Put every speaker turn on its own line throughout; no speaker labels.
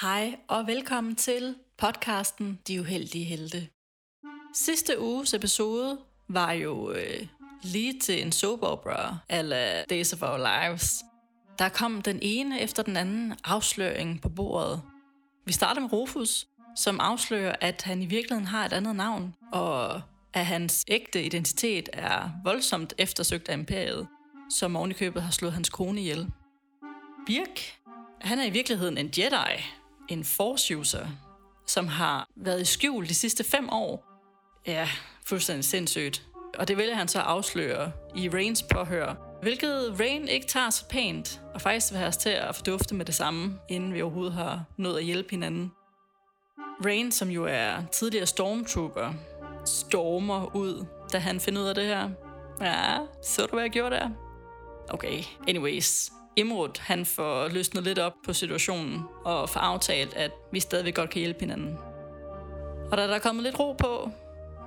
Hej og velkommen til podcasten De Uheldige Helte. Sidste uges episode var jo øh, lige til en soap opera, eller Days of Our Lives. Der kom den ene efter den anden afsløring på bordet. Vi starter med Rufus, som afslører, at han i virkeligheden har et andet navn, og at hans ægte identitet er voldsomt eftersøgt af imperiet, som ovenikøbet har slået hans kone ihjel. Birk, han er i virkeligheden en Jedi, en Force-user, som har været i skjul de sidste fem år. Ja, fuldstændig sindssygt. Og det vælger han så at afsløre i Rains påhør, hvilket Rain ikke tager så pænt, og faktisk vil have os til at fordufte med det samme, inden vi overhovedet har nået at hjælpe hinanden. Rain, som jo er tidligere stormtrooper, stormer ud, da han finder ud af det her. Ja, så du, hvad jeg gjorde der? Okay, anyways. Imrud, han får løsnet lidt op på situationen og får aftalt, at vi stadigvæk godt kan hjælpe hinanden. Og da der er kommet lidt ro på,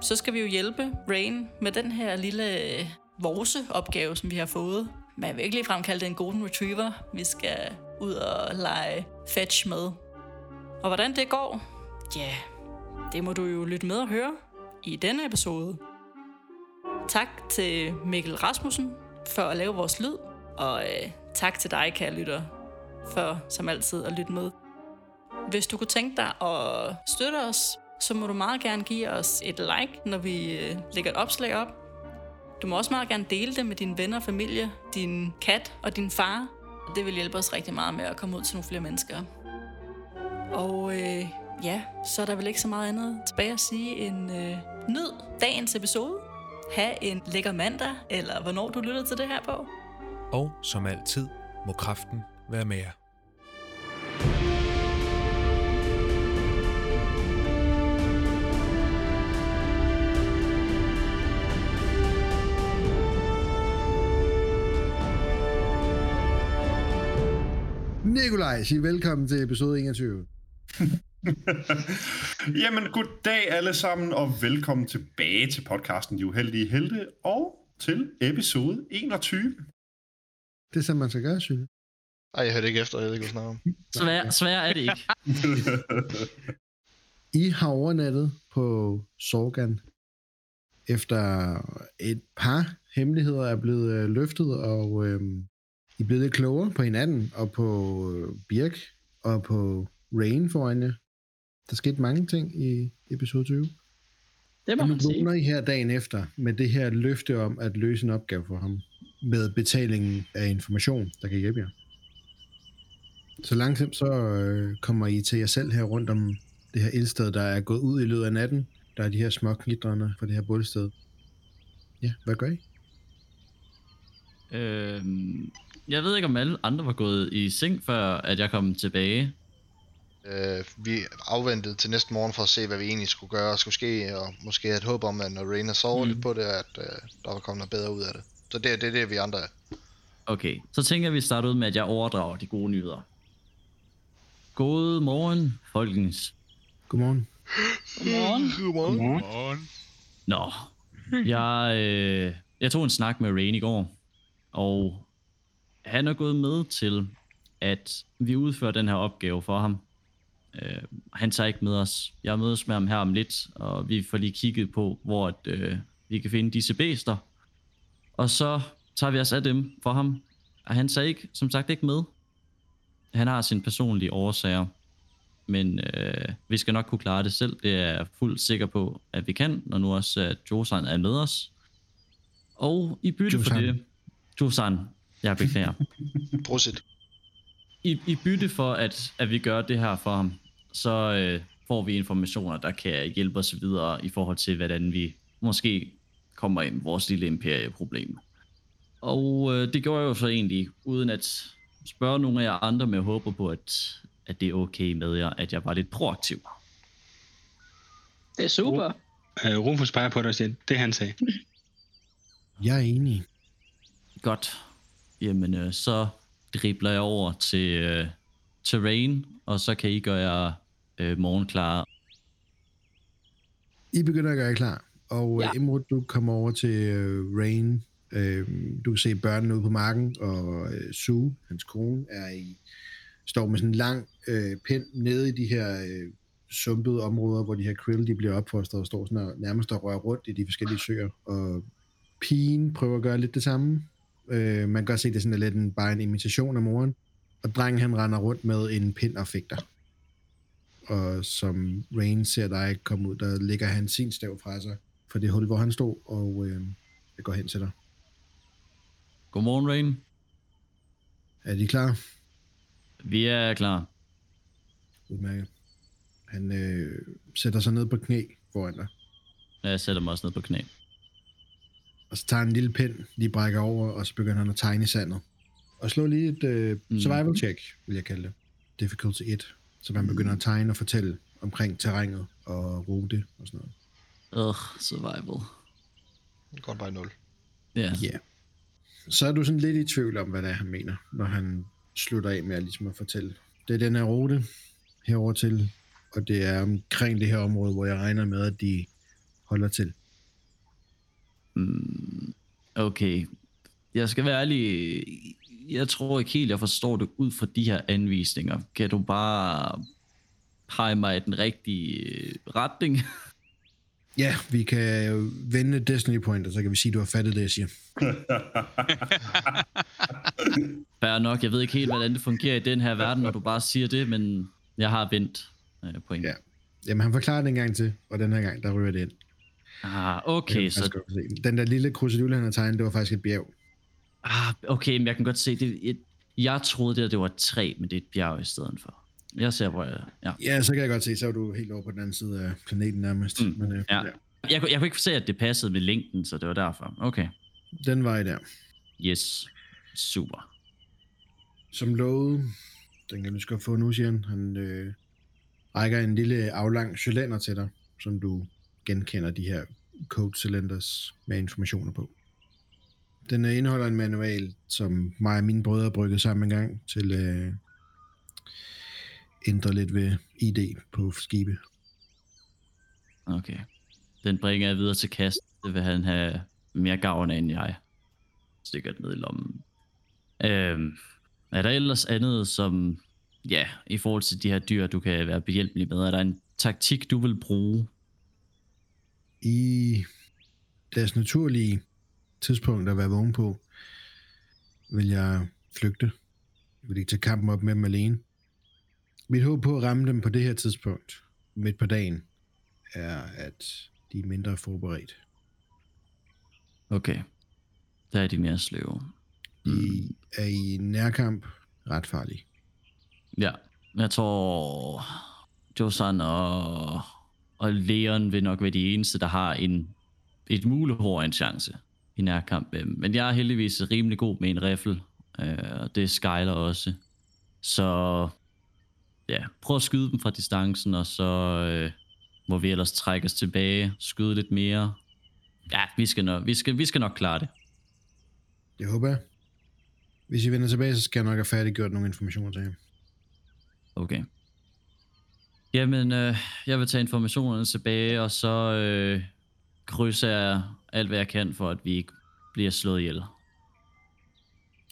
så skal vi jo hjælpe Rain med den her lille øh, vorse-opgave, som vi har fået. Man vil ikke ligefrem kalde det en golden retriever. Vi skal ud og lege fetch med. Og hvordan det går? Ja, det må du jo lytte med og høre i denne episode. Tak til Mikkel Rasmussen for at lave vores lyd, og øh, tak til dig, kære lytter, for som altid at lytte med. Hvis du kunne tænke dig at støtte os, så må du meget gerne give os et like, når vi øh, lægger et opslag op. Du må også meget gerne dele det med dine venner og familie, din kat og din far. Det vil hjælpe os rigtig meget med at komme ud til nogle flere mennesker. Og øh, ja, så er der vel ikke så meget andet tilbage at sige end øh, nyd dagens episode. Ha' en lækker mandag, eller hvornår du lytter til det her på.
Og som altid må kraften være med jer.
Nikolaj, sig velkommen til episode 21.
Jamen, goddag alle sammen, og velkommen tilbage til podcasten De Uheldige Helte, og til episode 21.
Det er sådan, man skal gøre, Sylvie.
Ej, jeg hørte ikke efter, jeg ved ikke, hvad du snakker om.
Svær, svær er det ikke.
I har overnattet på Sorgan, efter et par hemmeligheder er blevet øh, løftet, og øh, I er blevet lidt klogere på hinanden, og på øh, Birk, og på Rain foran jer. Der skete mange ting i episode 20.
Det må
Og nu
man sige.
vågner I her dagen efter med det her løfte om at løse en opgave for ham med betalingen af information, der kan hjælpe jer. Så langsomt så øh, kommer I til jer selv her rundt om det her ildsted, der er gået ud i løbet af natten. Der er de her små knitrende fra det her bålsted. Ja, hvad gør I?
Øhm, jeg ved ikke, om alle andre var gået i seng, før at jeg kom tilbage.
Øh, vi afventede til næste morgen for at se, hvad vi egentlig skulle gøre og skulle ske, og måske have et håb om, at når Rainer sover mm. lidt på det, at øh, der var kommet noget bedre ud af det. Så det, er- det er det, vi andre er.
Okay, så tænker jeg, at vi starter ud med, at jeg overdrager de gode nyheder. God morgen, folkens.
Godmorgen.
Godmorgen.
Godmorgen.
Nå, jeg, øh, jeg tog en snak med Rain i går, og han er gået med til, at vi udfører den her opgave for ham. Øh, han tager ikke med os. Jeg mødes med ham her om lidt, og vi får lige kigget på, hvor at, øh, vi kan finde disse bæster. Og så tager vi os af dem for ham. Og han tager ikke, som sagt ikke med. Han har sine personlige årsager. Men øh, vi skal nok kunne klare det selv. Det er jeg fuldt sikker på, at vi kan, når nu også at Josan er med os. Og i bytte for
Josan.
det... Josan, jeg beklager.
Prosit.
I, I bytte for, at, at vi gør det her for ham, så øh, får vi informationer, der kan hjælpe os videre i forhold til, hvordan vi måske kommer ind i vores lille imperieproblem. Og øh, det gjorde jeg jo så egentlig, uden at spørge nogen af jer andre, men jeg håber på, at, at det er okay med jer, at jeg var lidt proaktiv.
Det er super.
Øh, Rufus peger på dig og siger, det han sagde.
Jeg er enig.
Godt. Jamen, øh, så dribler jeg over til øh, terrain, og så kan I gøre jer øh, morgenklare.
I begynder at gøre jer klar, og ja.
Ja.
Imrud, du kommer over til øh, Rain. Øh, du kan se børnene ude på marken, og øh, Sue, hans kone, er i står med sådan en lang øh, pind nede i de her øh, sumpede områder, hvor de her krill de bliver opfostret og står sådan og nærmest og rører rundt i de forskellige søer. Og pigen prøver at gøre lidt det samme. Øh, man kan godt se, det er sådan lidt en, bare en imitation af moren. Og drengen han render rundt med en pind og fægter. Og som Rain ser dig komme ud, der ligger han sin stav fra sig fra det hul, hvor han stod, og øh, jeg går hen til dig.
Godmorgen, Rain.
Er de klar?
Vi er klar.
Udmærket. Han øh, sætter sig ned på knæ foran dig,
Jeg sætter mig også ned på knæ.
og så tager han en lille pind, lige brækker over, og så begynder han at tegne i sandet. Og slå lige et øh, survival check, vil jeg kalde det. Difficulty 1. Så man begynder at tegne og fortælle omkring terrænet og rute og sådan noget.
Ugh, survival.
Godt bare 0.
Ja. Yeah.
Ja. Yeah. Så er du sådan lidt i tvivl om, hvad det er, han mener, når han slutter af med at, ligesom at fortælle. Det er den her rute herover til, og det er omkring det her område, hvor jeg regner med, at de holder til.
Okay. Jeg skal være ærlig. Jeg tror ikke helt, jeg forstår det ud fra de her anvisninger. Kan du bare pege mig i den rigtige øh, retning?
Ja, vi kan vende Destiny Point, og så kan vi sige, at du har fattet det, jeg siger.
Fair nok. Jeg ved ikke helt, hvordan det fungerer i den her verden, når du bare siger det, men jeg har vendt øh, point.
Ja. Jamen, han forklarer det en gang til, og den her gang, der ryger det ind.
Ah, okay,
Jeg
så...
skal også se. Den der lille krusidul, han har tegnet, det var faktisk et bjerg.
Ah, okay, men jeg kan godt se det. Jeg, jeg troede, det, her, det var et træ, men det er et bjerg i stedet for. Jeg ser, hvor jeg... Ja.
Ja, så kan jeg godt se, så er du helt over på den anden side af planeten nærmest. Mm, Men øh,
Ja. Jeg, kunne- jeg kunne ikke se, at det passede med længden, så det var derfor. Okay.
den vej der,
Yes. Super.
som lovet, den kan du skal få nu, siger han. Han øh, rækker en lille aflang cylinder til dig, som du genkender de her code cylinders med informationer på. Den øh, indeholder en manual, som mig og mine brødre bryggede sammen en gang til at øh, ændre lidt ved ID på skibe.
Okay. Den bringer jeg videre til kast. Det vil han have mere gavn af, end jeg. Stikker den ned i lommen. Øhm, er der ellers andet, som... Ja, i forhold til de her dyr, du kan være behjælpelig med. Er der en taktik, du vil bruge?
i deres naturlige tidspunkt at være vågen på, vil jeg flygte. Jeg vil ikke tage kampen op med dem alene. Mit håb på at ramme dem på det her tidspunkt, midt på dagen, er, at de er mindre forberedt.
Okay. Der er de mere sløve.
De er i nærkamp ret farlige.
Ja, jeg tror, Josan og, og Leon vil nok være de eneste, der har en, et mulehår af en chance i nærkamp. Øh, Men jeg er heldigvis rimelig god med en riffel, øh, og det er Skyler også. Så ja, prøv at skyde dem fra distancen, og så øh, må vi ellers trække os tilbage, skyde lidt mere. Ja, vi skal nok, vi skal, vi skal nok klare det.
Det håber jeg. Hvis I vender tilbage, så skal jeg nok have færdiggjort nogle informationer til jer.
Okay. Jamen, øh, jeg vil tage informationerne tilbage, og så øh, krydser jeg alt, hvad jeg kan, for at vi ikke bliver slået ihjel.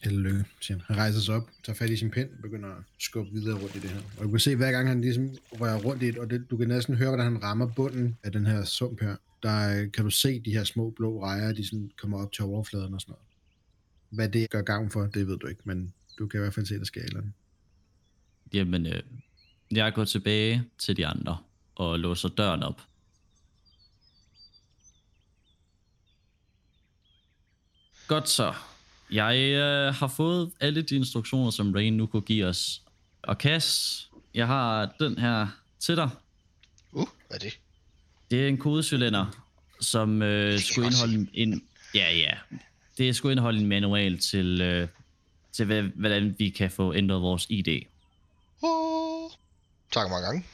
Held og lykke, siger han. Han rejser sig op, tager fat i sin pind, begynder at skubbe videre rundt i det her. Og du kan se, hver gang han ligesom rører rundt i det, og det, du kan næsten høre, hvordan han rammer bunden af den her sump her, der øh, kan du se de her små blå rejer, de sådan kommer op til overfladen og sådan noget. Hvad det gør gavn for, det ved du ikke, men du kan i hvert fald se, der sker et eller andet.
Jamen, øh, jeg går tilbage til de andre og låser døren op. Godt så. Jeg øh, har fået alle de instruktioner, som Rain nu kunne give os. Og Cass, jeg har den her til dig.
Uh, hvad er det?
Det er en kodecylinder, som øh, skulle
også
indeholde en... Ja, ja. Det skulle indeholde en manual til, øh, til hvad, hvordan vi kan få ændret vores ID.
Uh, tak mange gange.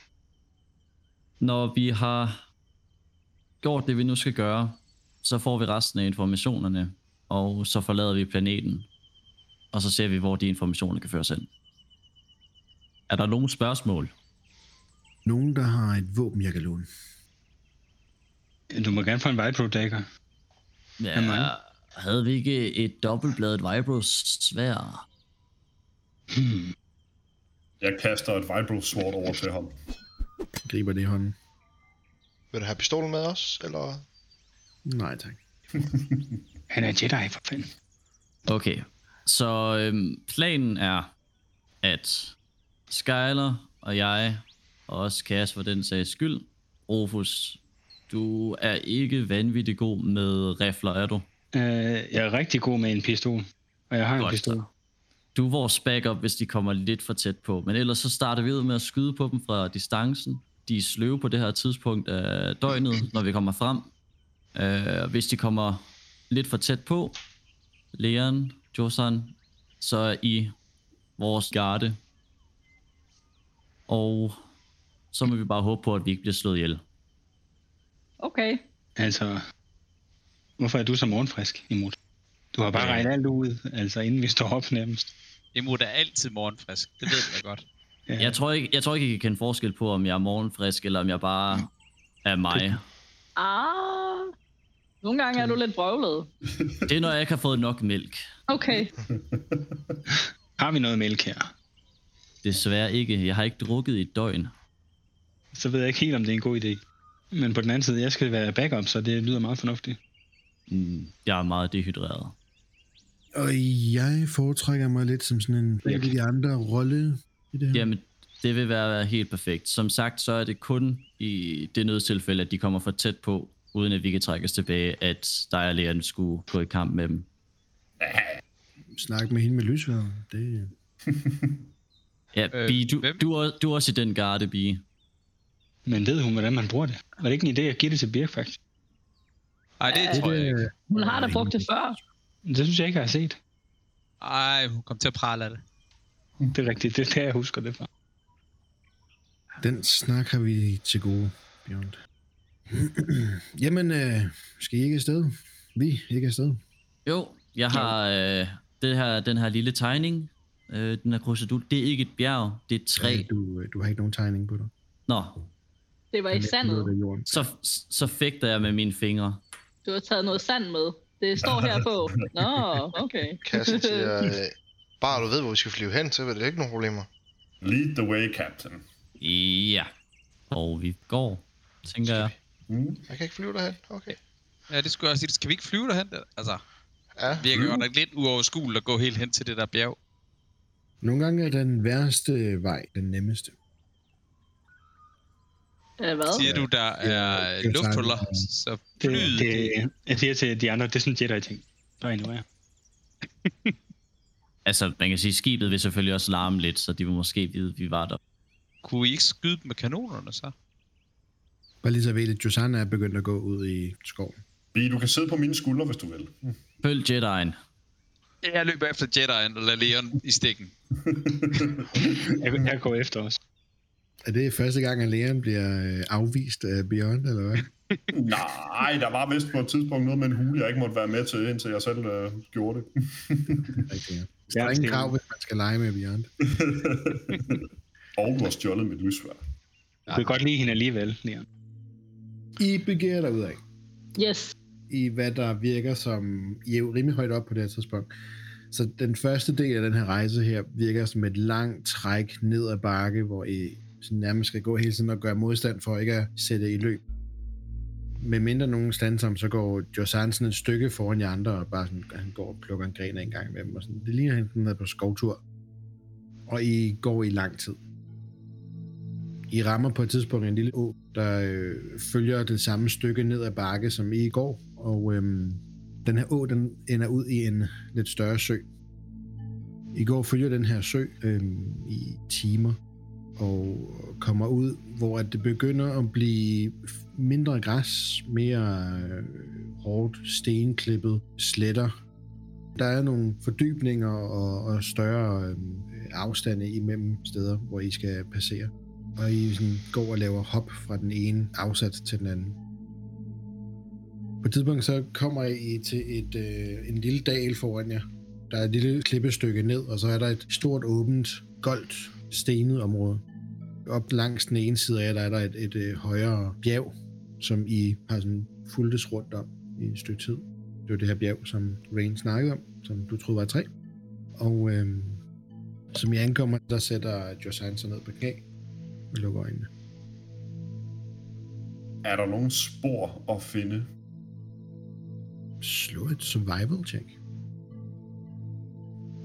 Når vi har gjort det, vi nu skal gøre, så får vi resten af informationerne, og så forlader vi planeten. Og så ser vi, hvor de informationer kan føres hen. Er der nogen spørgsmål?
Nogen, der har et våben, jeg kan låne.
Du må gerne få en Vibro Dagger.
Ja, havde vi ikke et dobbeltbladet vibro svær?
Jeg kaster et vibro sword over til ham.
Griber det i hånden.
Vil du have pistolen med os, eller?
Nej, tak.
Han er Jedi, for fanden.
Okay, så øhm, planen er, at Skyler og jeg, og også Kas for den sags skyld, Rufus, du er ikke vanvittig god med rifler, er du?
Øh, jeg er rigtig god med en pistol. Og jeg har en
Godt
pistol.
så. Du er vores backup, hvis de kommer lidt for tæt på. Men ellers så starter vi ud med at skyde på dem fra distancen. De er sløve på det her tidspunkt af døgnet, når vi kommer frem. Uh, hvis de kommer lidt for tæt på, Leon, Josan, så er I vores garde. Og så må vi bare håbe på, at vi ikke bliver slået ihjel.
Okay.
Altså, hvorfor er du så morgenfrisk, Imod? Du har bare
Ja.
regnet alt ud, altså inden vi står op nærmest.
Imod er altid morgenfrisk. Det ved jeg godt.
Jeg tror ikke, jeg tror ikke I kan kende forskel på, om jeg er morgenfrisk, eller om jeg bare er mig.
Ah, nogle gange er du lidt brøvlet.
Det er, når jeg ikke har fået nok mælk.
Okay.
Har vi noget mælk her?
Desværre ikke. Jeg har ikke drukket i et døgn.
Så ved jeg ikke helt, om det er en god idé. Men på den anden side, jeg skal være backup, så det lyder meget fornuftigt.
Mm, Jeg er meget dehydreret.
Og jeg foretrækker mig lidt som sådan en yep. af de andre rolle i det her.
Jamen, det vil være helt perfekt. Som sagt, så er det kun i det nødstilfælde, at de kommer for tæt på, uden at vi kan trække os tilbage, at dig og læreren skulle gå i kamp med dem.
Snak med hende med lysværet. Det...
Ja,
Øh,
øh, Bi, du,
hvem?
du, er, du er også i den garde, Bi.
Men ved hun, hvordan man bruger det? Var det ikke en idé at give det til Birk, faktisk?
Nej, det tror jeg ikke.
Hun har da brugt det før.
Det synes jeg ikke, jeg har set.
Ej, hun kom til at prale af det.
Det er rigtigt, det er der, jeg husker det fra.
Den snak har vi til gode, Bjørn. Jamen, øh, skal I ikke afsted? Vi ikke afsted.
Jo, jeg har øh, det her, den her lille tegning, øh, den her krusedul. Det er ikke et bjerg, det er et træ.
Du, øh, du har ikke nogen tegning på dig.
Nå,
Det var i sandet.
Det er jorden.
så, så fægter jeg med mine fingre.
Du har taget noget sand med. Det står her på. Nå, okay.
Kassen siger, øh, bare du ved, hvor vi skal flyve hen, så er det ikke nogen problemer.
Lead the way, captain.
Ja, og vi går, tænker jeg.
Mm.
Jeg kan ikke flyve derhen, okay.
Ja, det skulle jeg også sige. Skal vi ikke flyve derhen? Altså,
Ja,
det virker godt nok lidt uoverskueligt at gå helt hen til det der bjerg.
Nogle gange er den værste vej den nemmeste.
Ja, hvad?
Siger du, der er
det er
lufthuller,
klart.
så
Det,
flyet...
det, jeg siger til de andre, det er sådan en Jedi-ting. Der ignorerer.
Altså, man kan sige, skibet vil selvfølgelig også larme lidt, så de vil måske vide, at vi var der.
Kunne I ikke skyde dem med kanonerne, så?
Bare lige så ved det, Josanna er begyndt at gå ud i skoven.
Vi, du kan sidde på mine skuldre, hvis du vil.
Følg Jedi'en.
Jeg løber efter Jedi'en og lader Leon i stikken.
Jeg, jeg går efter os.
Er det første gang, at læreren bliver øh, afvist af Bjørn, eller hvad?
Nej, der var vist på et tidspunkt noget med en hule, jeg ikke måtte være med til, indtil jeg selv øh, gjorde det.
Rigtig, ja. Der er ingen krav, hvis man skal lege med Bjørn.
Og du har stjålet mit lysvær.
Du kan godt lide hende alligevel, Leon.
I begiver dig ud af,
Yes.
i hvad der virker som, I er jo rimelig højt op på det her tidspunkt. Så den første del af den her rejse her virker som et langt træk ned ad bakke, hvor I sådan nærmest skal gå hele tiden og gøre modstand for ikke at sætte i løb. Med mindre nogen standsom, så går Josan sådan et stykke foran jer andre, og bare sådan, han går og plukker en gren af en gang med dem. Og sådan. Det ligner han sådan er på skovtur. Og I går i lang tid. I rammer på et tidspunkt en lille å, der øh, følger det samme stykke ned ad bakke, som I i går. Og øhm, den her å, den ender ud i en lidt større sø. I går følger den her sø øhm, i timer og kommer ud, hvor at det begynder at blive mindre græs, mere øh, hårdt stenklippet sletter. Der er nogle fordybninger og, og større øh, afstande imellem steder, hvor I skal passere og I sådan går og laver hop fra den ene afsats til den anden. På et tidspunkt så kommer I til et, øh, en lille dal foran jer. Der er et lille klippestykke ned, og så er der et stort åbent, goldt, stenet område. Op langs den ene side af jer, der er der et, et øh, højere bjerg, som I har sådan fuldtes rundt om i et stykke tid. Det var det her bjerg, som Rain snakkede om, som du troede var et træ. Og øh, Som jeg ankommer, der sætter Josan sig ned på knæ og lukker øjnene.
Er der nogen spor at finde?
Slå et survival check.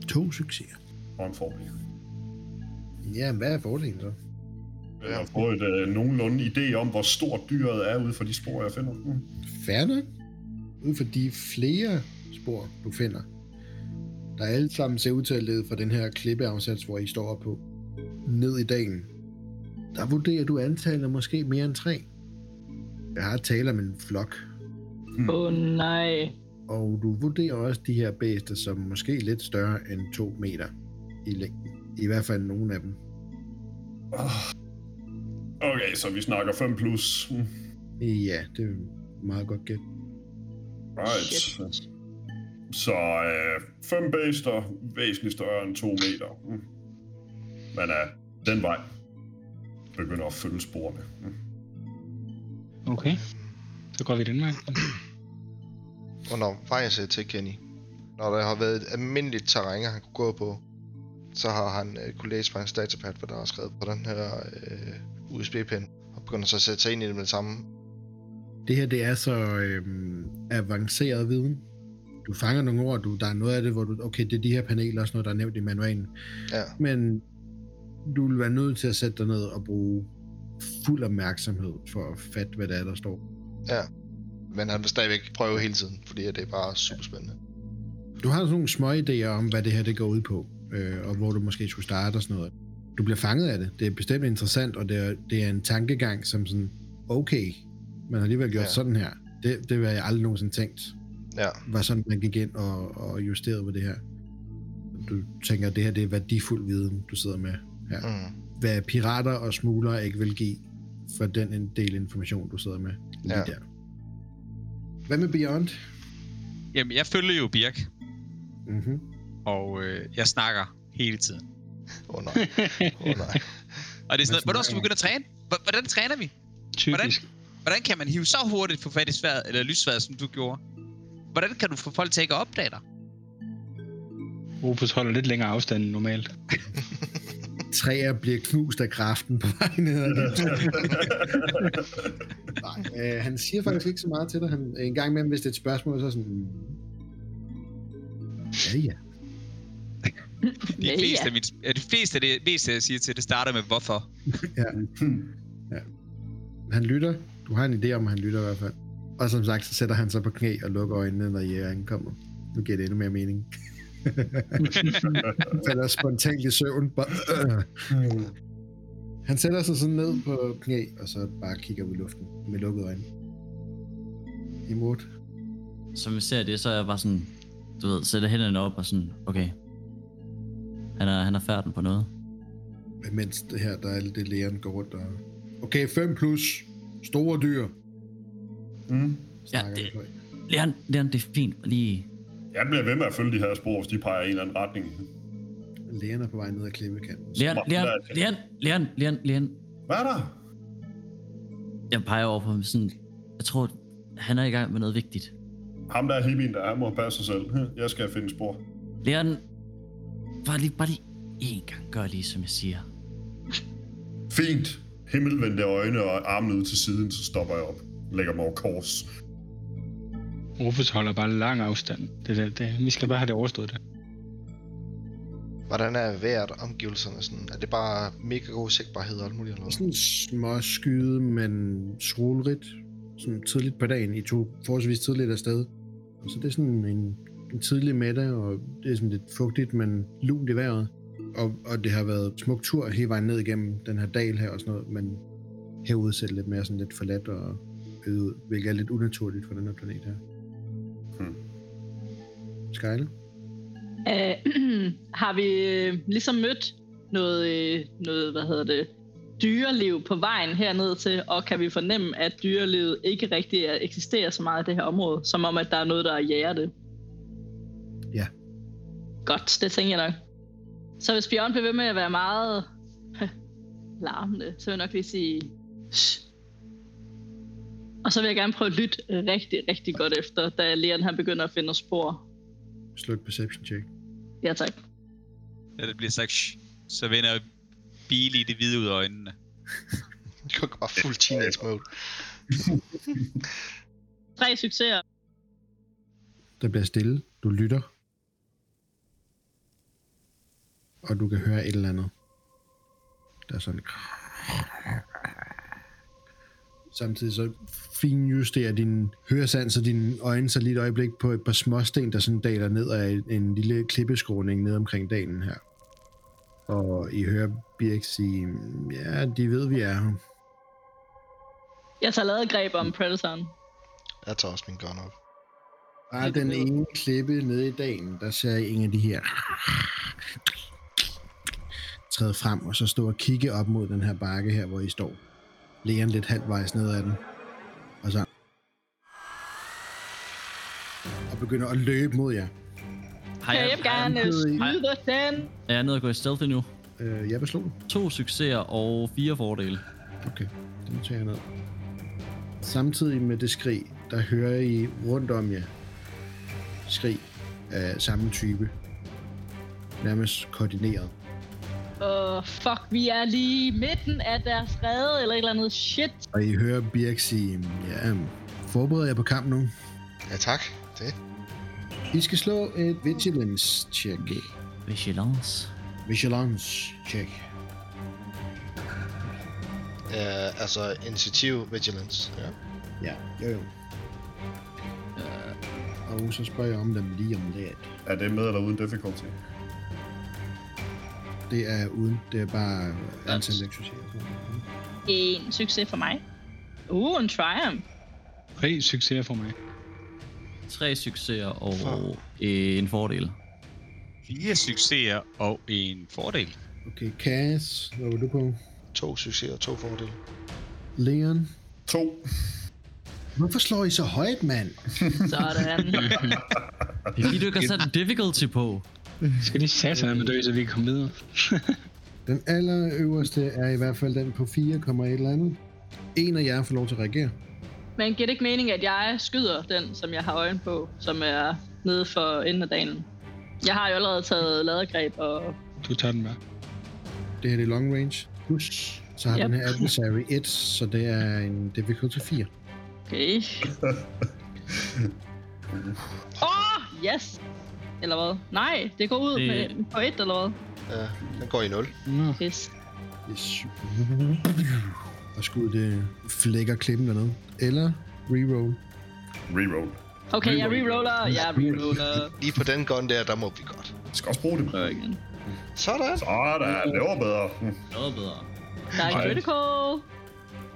To succeser.
Og en fordel.
Ja, hvad er fordelen så?
Jeg har fået et øh, nogenlunde idé om, hvor stort dyret er ude for de spor, jeg finder. Mm.
Færdig. Ud for de flere spor, du finder, der alle sammen ser ud til at lede fra den her klippeafsats, hvor I står op på, ned i dalen. Der vurderer du antallet af måske mere end tre. Jeg har talt om en flok,
Åh oh, nej.
og du vurderer også de her bæster som måske lidt større end to meter i længden. I hvert fald nogle af dem.
Ah. Okay, så vi snakker 5 plus. Mm.
Ja, det er meget godt gæt.
Right. Så øh, fem bæster, væsentligt større end to meter. Mm. Men øh, den vej begynder at følge sporene. Mm.
Okay. Så går vi den vej.
Hvornår vejen ser til Kenny. Når der har været et almindeligt terræn, han kunne gå på, så har han øh, kunne læse på hans datapad, hvad der er skrevet på den her øh, USB-pind, og begynder så at sætte sig ind i det med det samme.
Det her, det er så øhm, avanceret viden. Du fanger nogle ord, du, der er noget af det, hvor du, okay, det er de her paneler og sådan noget, der er nævnt i manualen.
Ja,
Men du vil være nødt til at sætte dig ned og bruge fuld opmærksomhed for at fatte, hvad der er, der står.
ja. Men han vil stadigvæk prøve hele tiden, fordi at det er bare super spændende.
Du har sådan nogle små idéer om, hvad det her det går ud på, øh, og hvor du måske skulle starte og sådan noget. Du bliver fanget af det. Det er bestemt interessant, og det er, det er en tankegang, som sådan, okay, man har alligevel gjort ja.
Ja.
sådan her. Det, det har jeg aldrig nogensinde tænkt.
Ja,
var sådan, man gik ind og, og justerede på det her. Du tænker, at det her det er værdifuld viden, du sidder med her. Mm.
mm.
Hvad pirater og smuglere ikke vil give for den en del information, du sidder med lige ja.
Ja.
der. Hvad med Beyond?
Jamen, jeg følger jo Birk,
Mm-hmm.
og øh, jeg snakker hele tiden.
Oh, nej. Oh, nej.
Og det er sådan, noget, hvornår skal vi begynde at træne? Hvor- Hvordan træner vi? Hvordan,
Typisk.
hvordan kan man hive så hurtigt få fat i sværet, eller lyssværet, som du gjorde? Hvordan kan du få folk til ikke at opdage dig?
Opus holder lidt længere afstand end normalt.
Træer bliver knust af kraften på vej ned ad det. Nej, øh, han siger faktisk ikke så meget til dig. Han, en gang imellem, hvis det er et spørgsmål, så er sådan... "Mm." Ja, ja.
De
Ja,
fleste,
ja.
af, mine, ja, de fleste af det meste, jeg siger til, det starter med hvorfor.
Han lytter. Du har en idé om, at han lytter i hvert fald. Og som sagt, så sætter han sig på knæ og lukker øjnene, når I er ankommet. Nu giver det endnu mere mening. Han falder spontant i søvn. Bare, øh. Han sætter sig sådan ned på knæ, og så bare kigger ud i luften med lukkede øjne. Imod.
Som vi ser det, så er jeg bare sådan, du ved, sætter hænderne op og sådan, okay. Han er, han er færden på noget.
Mens det her, der er alt det lægeren går rundt og... Okay, 5 plus. Store dyr.
Mm.
snakker
det-
han højt.
Leon, Leon, det er fint. Lige
Jeg bliver ved med at følge de her spor, hvis de peger i en eller anden retning.
Lægeren er på vej ned ad klippekanten.
Leon,
Smart
Leon,
mand.
Leon, Leon, Leon, Leon.
Hvad er der?
Jeg peger over på ham sådan, jeg tror, han er i gang med noget vigtigt.
Ham der er hippien, der er, må passe sig selv. Hm, Jeg skal finde spor.
Leon, bare lige, bare lige én gang, gør lige som jeg siger.
Fint. Himmelvendte øjne og armen ud til siden, så stopper jeg op. Lægger mig over kors.
Rufus holder bare lang afstand. Det, det, det. Vi skal bare have det overstået der.
Hvordan er vejret omgivelserne sådan? Er det bare mega god sigtbarhed og alt muligt eller hvad?
Sådan små skyde, men solrigt. Sådan tidligt på dagen. I tog forholdsvis tidligt afsted. Så det er sådan en, en tidlig middag, og det er sådan lidt fugtigt, men lunt i vejret. Og, og det har været smuk tur hele vejen ned igennem den her dal her og sådan noget, men herude ser det lidt mere sådan lidt forladt og øde ud, hvilket er lidt unaturligt for den her planet her.
Hmm.
Skyler?
Uh, har vi øh, ligesom mødt noget, øh, noget, hvad hedder det, dyreliv på vejen herned til, og kan vi fornemme, at dyrelivet ikke rigtig er- eksisterer så meget i det her område, som om, at der er noget, der jager det?
Ja.
Godt, det tænker jeg nok. Så hvis Bjørn bliver ved med at være meget larmende, så vil jeg nok lige sige, Shh. Og så vil jeg gerne prøve at lytte rigtig, rigtig godt efter, da Leon han begynder at finde spor.
Slå et perception check.
Ja tak.
da der bliver sagt shh, så vender Billy det hvide ud af øjnene.
Det kunne bare fuld teenage mode.
Tre succeser.
Der bliver stille. Du lytter. Og du kan høre et eller andet. Der er sådan... Samtidig så finjusterer din høresans og dine øjne så lige et øjeblik på et par småsten, der sådan daler ned af en lille klippeskråning ned omkring dalen her. Og I hører Birk sige, ja, de ved, vi er her.
Jeg tager lavet greb om Predatoren.
Jeg tager også min gun op.
Bare den ene klippe nede i dagen, der ser jeg en af de her træde frem, og så stå og kigge op mod den her bakke her, hvor I står. Lægeren lidt halvvejs ned ad den, og så og begynder at løbe mod jer.
Har
Kan jeg
jeg,
gerne
jeg-
skyde den?
er jeg nede og gå i stealth endnu?
Øh, jeg beslog den.
To succeser og fire fordele.
Okay, den tager jeg ned. Samtidig med det skrig, der hører I rundt om jer skrig af samme type. Nærmest koordineret.
Åh, oh, fuck, vi er lige i midten af deres rede, eller et eller andet shit.
Og I hører Birk sige, ja, forbereder jeg på kamp nu?
Ja, tak. Det.
I skal slå et vigilance check.
Vigilance.
Vigilance check.
Uh, altså, initiativ vigilance. Ja.
Ja, jo jo. Og så spørger jeg om dem lige om lidt.
Er det med eller uden difficulty?
Det er uden, det er bare antal
Nice.
eksorcismer.
En succes for mig. Uh, en triumph.
Tre succeser for mig.
Tre succeser og øh, en fordel.
Fire succeser og en fordel.
Okay, Cass, hvad var du på?
To succeser og to fordele.
Leon.
To.
Hvorfor slår I så højt, mand?
Sådan.
Det er fordi, du ikke har sat en difficulty på.
Skal de satse med dø, så vi kan komme videre?
Den allerøverste er i hvert fald den på 4,1 eller andet. En af jer får lov til at reagere.
Men giver det ikke mening, at jeg skyder den, som jeg har øjen på, som er nede for enden af dalen? Jeg har jo allerede taget ladegreb, og
Du tager den bare.
Det her det er long range. Plus, så har
Yep.
yep. den her adversary 1, så det er en difficulty 4.
okay. Åh, oh, yes! Eller hvad? Nej, det går ud
Det-
med, på et, eller hvad?
Ja, den går i nul.
Nå,
Yes.
Yes. Og skud det flækker klippen dernede. Eller reroll.
Reroll.
Okay, jeg reroller, jeg reroller.
Lige på den gun der, der må vi godt.
Jeg skal også bruge det.
Sådan.
Sådan, det var bedre. Hm.
Noget bedre.
Der er
Ej.
critical.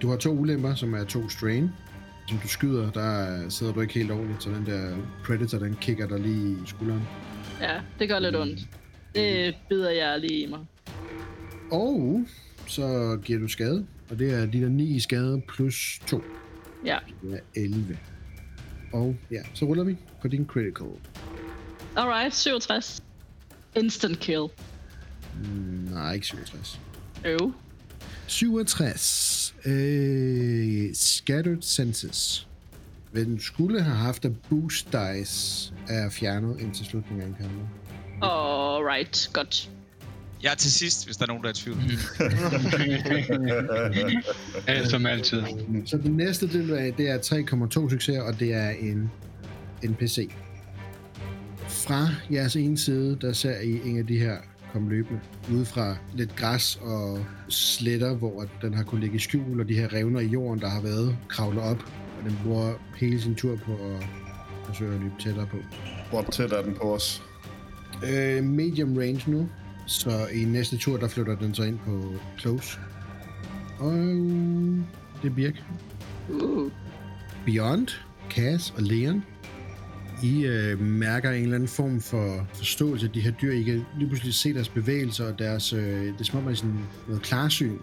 Du har to ulemper, som er to strain. Som du skyder, der sidder du ikke helt ordentligt, så den der predator, den kigger dig lige i skulderen.
Ja, det gør lidt ondt. Det bider jeg lige i mig.
Og så giver du skade, og det er de der 9 i skade plus 2.
Ja.
Det er 11. Og ja, så ruller vi på din critical.
Alright, 67. Instant kill.
Nej, ikke 67.
Øv.
67. Øh, scattered Senses. Hvad den skulle have haft af boost dice, er fjernet indtil slutningen af indkampen.
Alright, godt.
Jeg er til sidst, hvis der er nogen, der er i tvivl.
alt som altid.
Så den næste del af det er 3,2 succeser, og det er en NPC. Fra jeres ene side, der ser I en af de her komme løbende ude fra lidt græs og sletter, hvor at den har kunnet ligge i skjul, og de her revner i jorden, der har været, kravler op, og den bruger hele sin tur på at forsøge at løbe tættere på.
Hvor tæt er den på os?
Øh, medium range nu. Så i næste tur, der flytter den så ind på close. Og det er Birk.
Uh.
Beyond, Cass og Leon. I øh, mærker en eller anden form for forståelse af de her dyr. I kan lige pludselig se deres bevægelser og deres... Øh, det er som om, man er sådan noget klarsyn.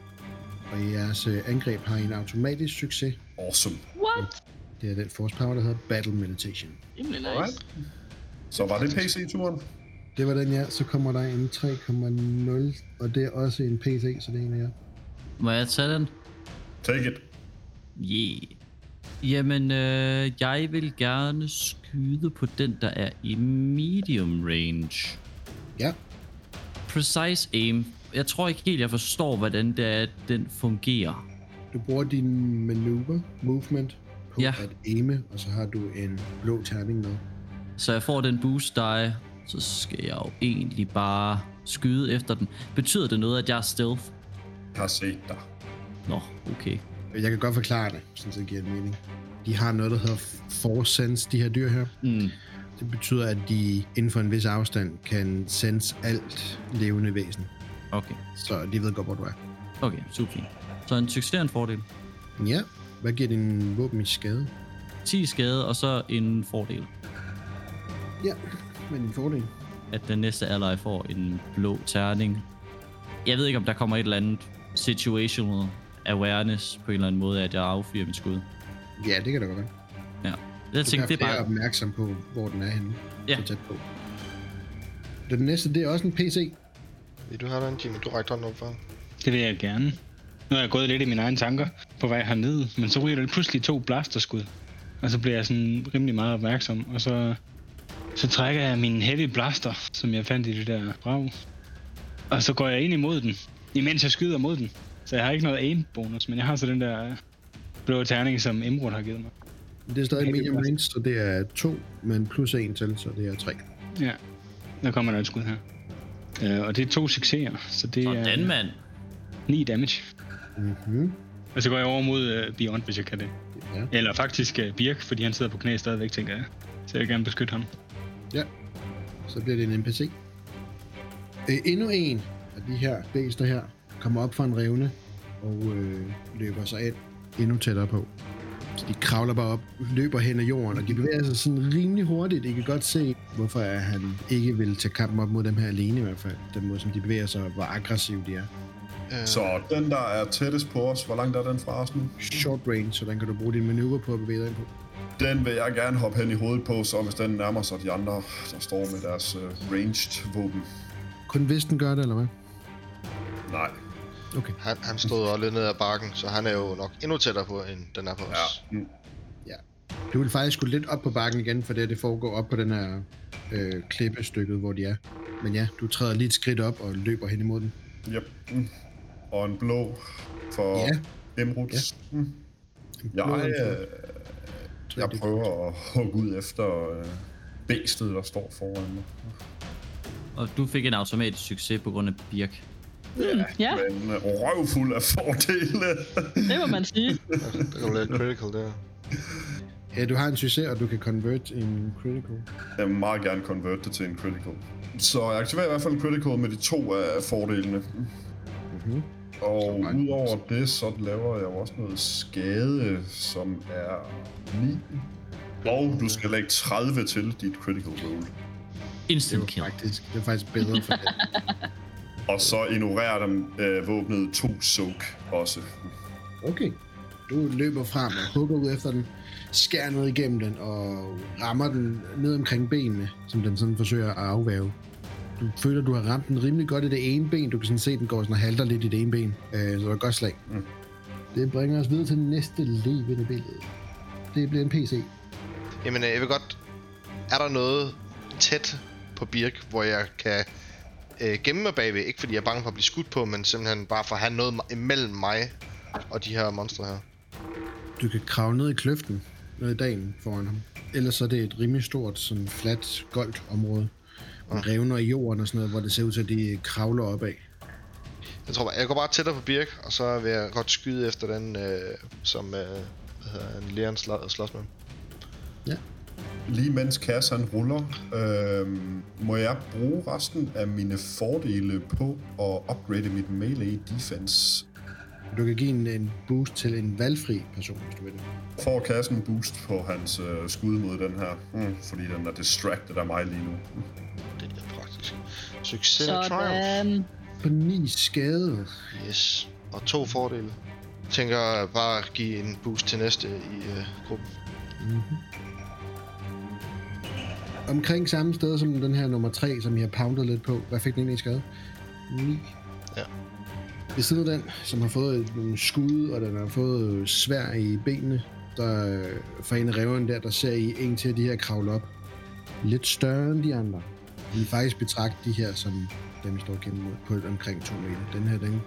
Og i jeres øh, angreb har I en automatisk succes.
Awesome.
What?
Det er den force power, der hedder Battle Meditation.
Rimelig nice.
Alright. Så var det PC-turen?
Det var den, ja. Så kommer der en 3,0, og det er også en PC, så det er en af jer.
Må jeg tage den?
Take it.
Yeah. Jamen, øh, jeg vil gerne skyde på den, der er i medium range.
Ja,
precise aim. Jeg tror ikke helt, jeg forstår, hvordan det er, den fungerer.
Du bruger din maneuver, movement, på
Ja.
ja. at aime, og så har du en blå terning med.
Så jeg får den boost die, så skal jeg jo egentlig bare skyde efter den. Betyder det noget, at jeg er stealth?
Jeg har set dig.
Nå, okay.
Jeg kan godt forklare det, sådan så det giver en mening. De har noget, der hedder force sense, de her dyr her.
Mm.
Det betyder, at de inden for en vis afstand kan sense alt levende væsen.
Okay,
Så de ved godt, hvor du er.
okay, super fint. Så en succes er en fordel.
Ja, hvad giver din våben i skade?
10 skade, og så en fordel.
Ja, men en fordel.
At den næste ally får en blå terning. Jeg ved ikke, om der kommer et eller andet situational awareness på en eller anden måde, at jeg affyrer mit skud.
Ja, det kan da godt være.
Ja. Jeg
Du kan
tænkte, det er
være
bare...
opmærksom på, hvor den er henne.
Ja.
Så tæt på. Den næste, det er også en PC.
Vil du have den, Jimmy? Du rækker hånden op for ham.
Det vil jeg gerne. Nu har jeg gået lidt i mine egne tanker på vej herned, men så ryger der lige pludselig to blasterskud. Og så bliver jeg sådan rimelig meget opmærksom, og så, så trækker jeg min heavy blaster, som jeg fandt i det der brag. Og så går jeg ind imod den, imens jeg skyder mod den. Så jeg har ikke noget aim bonus, men jeg har så den der øh, blå terning, som Emrod har givet mig.
Det er stadig
Heavy
medium
blast.
range, så det er to, men plus en til, så det er tre.
Ja, der kommer der et skud her. Øh, og det er to succeser, så det
Sådan,
er
mand.
9 damage.
Mm-hmm.
Og så går jeg over mod uh, Beyond, hvis jeg kan det.
Ja.
Eller faktisk uh, Birk, fordi han sidder på knæ stadigvæk, tænker jeg. Så jeg vil gerne beskytte ham.
Så bliver det en NPC. Øh, endnu en af de her bæster her kommer op fra en revne og øh, løber sig ind endnu tættere på. Så de kravler bare op, løber hen ad jorden, og de bevæger sig sådan rimelig hurtigt. I kan godt se, hvorfor er han ikke vil tage kampen op mod dem her alene i hvert fald. Den måde, som de bevæger sig, og hvor aggressive de er.
Øh,
Så den, der er tættest på os, hvor langt er den fra os nu?
Short range, så den kan du bruge din manøvre på at bevæge dig ind på.
Den vil jeg gerne hoppe hen i hovedet på, så hvis den nærmer sig de andre, der står med deres uh, ranged våben.
Kun hvis den gør det, eller hvad?
Nej.
Okay.
han, han stod også lidt ned ad bakken, så han er jo nok endnu tættere på, end den er på os.
Ja. Mm.
Du vil faktisk gå lidt op på bakken igen, for det, her, det foregår op på den her øh, klippestykket, hvor de er. Men ja, du træder lige et skridt op og løber hen imod den.
Yep. Mm. Og en blå for
Ja.
ja. Emruts. Ja. Mm.
blå og
Jeg,
en blå.
øh, jeg prøver at hugge ud efter øh, bæstet, der står foran mig.
Og du fik en automatisk succes på grund af Birk.
Ja,
Men øh, røvfuld af fordele.
det må man sige.
Der kom lidt critical der.
Ja, du har en succes, og du kan convert en critical.
Jeg vil meget gerne convert det til en critical. Så jeg aktiverer i hvert fald en critical med de to af fordelene.
Mm-hmm.
Og
Så mange.
udover det, så laver jeg jo også noget skade, som er 9. Og du skal lægge 30 til dit critical roll.
Det
Instant
var
kill.
faktisk, det var faktisk bedre for det.
Og så ignorerer dem øh, våbnet to soak også.
Okay. Du løber frem og hugger ud efter den, skærer noget igennem den og rammer den ned omkring benene, som den sådan forsøger at afvæve. Du føler, du har ramt den rimelig godt i det ene ben. Du kan sådan se, at den går sådan og halter lidt i det ene ben. Øh, så det var et godt slag.
Mm.
Mm. Det bringer os videre til den næste levende billede. Det bliver en PC.
Jamen, øh, jeg vil godt... Er der noget tæt på Birk, hvor jeg kan øh, gemme mig bagved? Ikke fordi jeg er bange for at blive skudt på, men simpelthen bare for at have noget me- imellem mig og de her monstre her.
Du kan kravle ned i kløften, ned i dagen foran ham. Ellers så er det et rimelig stort, sådan fladt, goldt område. Med revner i jorden og sådan noget, hvor det ser ud til, at de kravler opad.
Jeg tror bare, jeg går bare tættere på Birk, og så vil jeg godt skyde efter den, øh, som øh, hvad hedder han, læreren slå, slås med.
Lige mens kassen ruller, øh, må jeg bruge resten af mine fordele på at upgrade mit melee defense.
Du kan give en, en boost til en valgfri person, hvis du vil det.
Får kassen boost på hans øh, skud mod den her, mm, fordi den er distracted af mig lige nu.
Det er praktisk. Succes og triumph.
Sådan.
På ni skade.
Yes. Og to fordele. Jeg tænker bare at give en boost til næste i øh, gruppen.
Omkring samme sted som den her nummer 3, som jeg har poundet lidt på. Hvad fik den egentlig i skade? 9.
Ja.
Ved siden af den, som har fået nogle skud, og den har fået øh, svær i benene, der øh, for en af reverne der, der ser I en til de her kravle op. Lidt større end de andre. Vi faktisk betragte de her som den vi står og kæmper mod, på et- omkring 2 meter. Den her, den,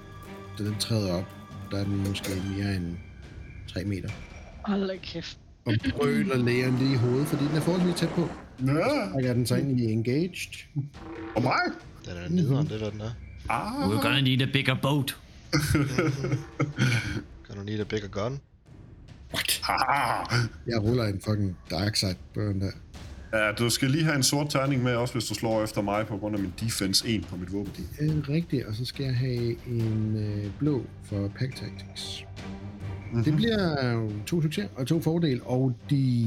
da den træder op, der er den måske mere end 3 meter.
Hold da kæft.
Og brøler lægeren lige i hovedet, fordi den er forholdsvis tæt på.
Ja,
Og jeg den så ind i engaged.
og mig?
Den er nederen, det der den er.
Ah,
We're gonna need a bigger boat.
Kan du lige da bigger gun?
ah.
Jeg ruller en fucking dark side på den der.
Ja, du skal lige have en sort terning med, også hvis du slår efter mig på grund af min defense 1 på mit våben.
Øh, rigtigt, og så skal jeg have en øh, blå for Pack Tactics. Mm-hmm.
Mhm.
Det bliver øh, to succeser og to fordele, og de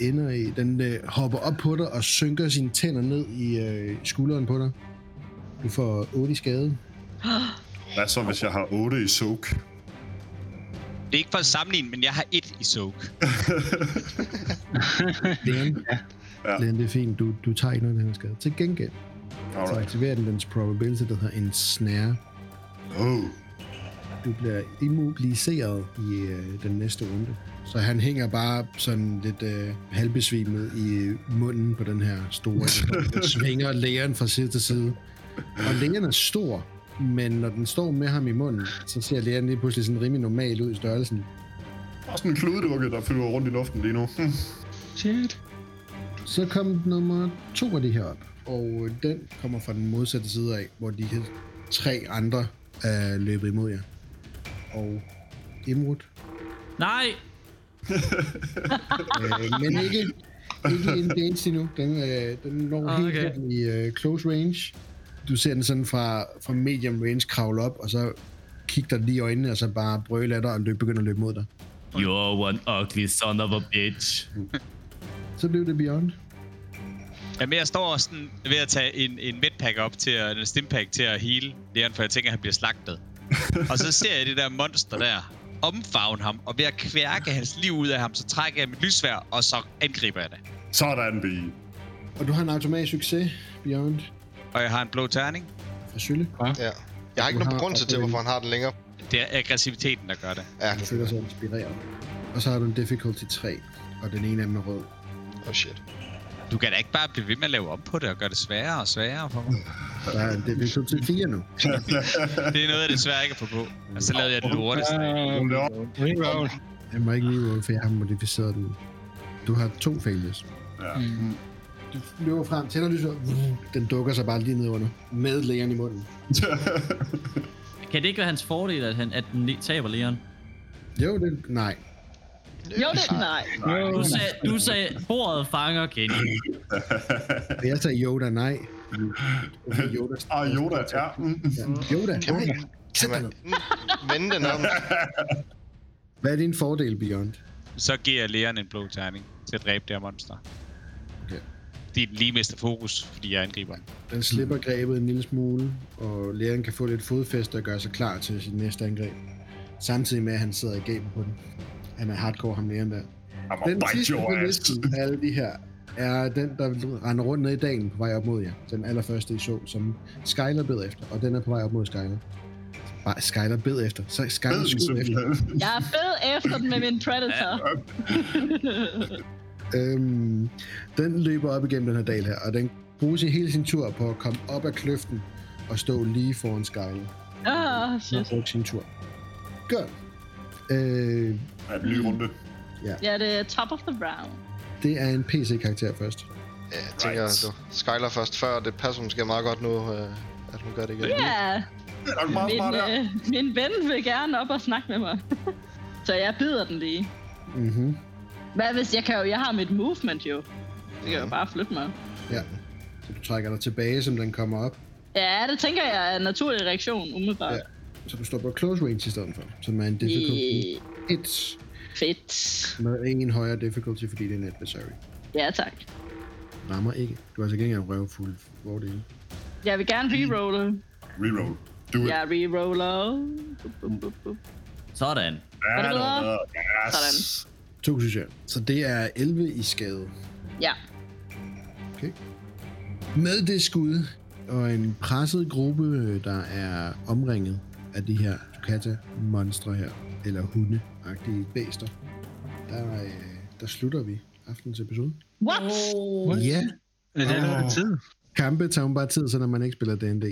ender i, den øh, hopper op på dig og synker sine tænder ned i øh, skulderen på dig. Du får 8 i skade.
Hvad så, hvis jeg har 8 i soak?
Det er ikke for at sammenligne, men jeg har et i soak.
Læn,
Ja.
ja. Læn, det er fint, du, du tager ikke noget af den her skade. Til gengæld, så
Alright.
aktiverer den dens probability, der hedder en snare.
Oh.
Du bliver immobiliseret i øh, den næste runde. Så han hænger bare sådan lidt øh, halvbesvimet i øh, munden på den her store. Den svinger lægeren fra side til side. Og lægeren er stor, men når den står med ham i munden, så ser lægeren lige pludselig sådan rimelig normal ud i størrelsen.
Og sådan en kludedukke, der flyver rundt i luften lige nu. Hm.
Shit.
Så kom nummer to af de her op, og øh, den kommer fra den modsatte side af, hvor de her tre andre er løbet imod jer. Og Imrud
Nej!
Øh, men ikke, ikke engaged endnu. Den, øh, den når okay.
Ah,
helt
okay.
hen i øh, close range. Du ser den sådan fra, fra medium range kravle op, og så kigger dig lige i øjnene, og så bare brøle af dig og løb, begynder at løbe mod dig.
You're one ugly son of a bitch.
Så blev det Beyond.
Jamen, jeg står også sådan ved at tage en, en medpack op til at, en stimpack til at heal Leon, for jeg tænker, at han bliver slagtet. og så ser jeg det der monster der omfavne ham, og ved at kværke hans liv ud af ham, så trækker jeg mit lysvær, og så angriber jeg det.
Sådan, vi.
Og du har en automatisk succes, Beyond,
Og jeg har en blå terning.
fra Sylle.
Ja. Jeg har ikke
Du
nogen
har
grund til,
også
hvorfor han har den længere.
Det er aggressiviteten, der gør det.
Ja,
Du
det
føler sig inspireret. Og så har du en difficulty 3, og den ene af dem er rød.
Oh shit.
Du kan da ikke bare blive ved med at lave om på det og gøre det sværere og sværere for mig.
Der er en difficulty 4 nu.
Det er noget, jeg desværre ikke er på på. Og så lavede jeg det lorteste.
Uh, reroll.
Jeg må ikke lige roll, for jeg har modificeret den. Du har to failures.
Ja.
Mm. Du løber frem, tænder lyset, den dukker sig bare lige ned under, med lægeren i munden.
Kan det ikke være hans fordel, at han at den le- taber Leon?
Jo, det, nej.
Jo, det er nej.
Du sagde, du sagde bordet fanger Kenny.
Og Jeg sagde altså Yoda, nej. Okay, Yoda.
ah, Yoda, ja. Mm.
Ja. Yoda, nej.
Kan man vende den om?
Hvad er din fordel, Beyond?
Så giver jeg lægeren en blå terning til at dræbe det her monster.
Okay.
Det er den lige mister fokus, fordi jeg angriber den.
Den slipper grebet en lille smule, og læreren kan få lidt fodfæste og gøre sig klar til sit næste angreb. Samtidig med, at han sidder i gaben på den. Han er hardcore, ham læreren der.
I'm
Den
a bite
sidste
your
på
ass.
listen af alle de her, er den, der render rundt ned i dalen på vej op mod jer. Den allerførste, I så, som Skyler bed efter, og den er på vej op mod Skyler. Bare Skyler bed efter. Så
Ved
Skyler
den
skud efter.
simpelthen.
Jeg er fed efter den med min predator.
Øhm, den løber op igennem den her dal her, og den bruger sin hele sin tur på at komme op ad kløften og stå lige foran Skyler.
Åh, oh,
Og
shit.
bruge sin tur. Gør. Øh,
Ja, en ny runde.
Ja, det er top of the round.
det er en PC-karakter først.
Ja, jeg tænker,
Right.
du Skyler først før. Det passer måske meget godt nu, øh, at hun gør det igen.
Ja,
Det er nok meget
min,
smart der.
øh, min ven vil gerne op og snakke med mig. Så jeg bider den lige.
Mhm.
Hvad hvis jeg kan jo, jeg har mit movement jo. Det kan jeg jo bare flytte mig.
Ja. Så du trækker dig tilbage, som den kommer op.
Ja, det tænker jeg er en naturlig reaktion umiddelbart.
Ja. Så du står på close range i stedet for, som er en difficulty
Yeah.
1
Fedt.
med en højere difficulty, fordi det er en adversary.
Ja, tak.
Rammer ikke. Du har til gengæld røvfuld fordel.
Jeg vil gerne rerolle.
Reroll. Do it.
Jeg reroller. Bup, bup, bup, bup.
Sådan.
Ja,
det
det var
bedre?
bedre. Yes.
Sådan.
To synes jeg. Så det er 11 i skade.
Ja.
Med det skud og en presset gruppe, øh, der er omringet af de her Ducata-monstre her, eller hunde-agtige bæster, der, øh, der slutter vi aftens episode.
What?
Ja,
Er det allerede tid?
kampe tager hun bare tid, så når man ikke spiller D&D.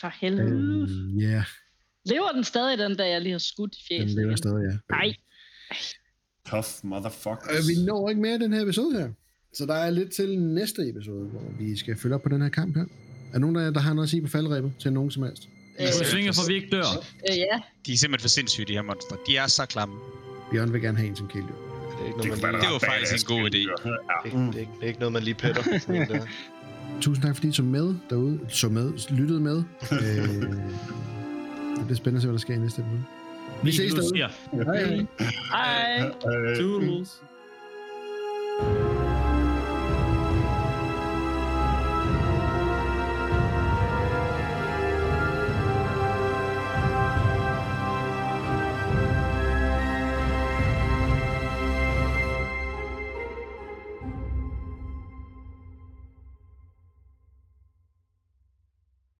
For helvede. Øh.
Øhm, Ja,
Lever den stadig, den dag, jeg lige har skudt i
den
fjeset?
lever
igen?
stadig, ja.
Nej,
Tough motherfuckers.
Øh, vi når ikke mere i den her episode her. Så der er lidt til næste episode, hvor vi skal følge op på den her kamp her. Er der nogen af jer, der har noget at sige på faldrebet til nogen som helst?
øh,
Du svinger for, vi ikke dør.
øh, ja.
De er simpelthen for sindssyge, de her monstre. De er så klamme.
Bjørn vil gerne have en som kæledyr.
Det er ikke
Det
noget,
kunne
man
være ret
lige,
var faktisk
badass,
en god idé.
Ja.
det, det, er ikke, det er ikke noget, man lige pætter. sådan en der.
Tusind tak, fordi I så med derude. Så med. Lyttede med. Øh, det bliver spændende at se, hvad der sker i næste episode. Vi ses derude.
Ja.
Hej. hej.
Ej.
Øh,
Toodles.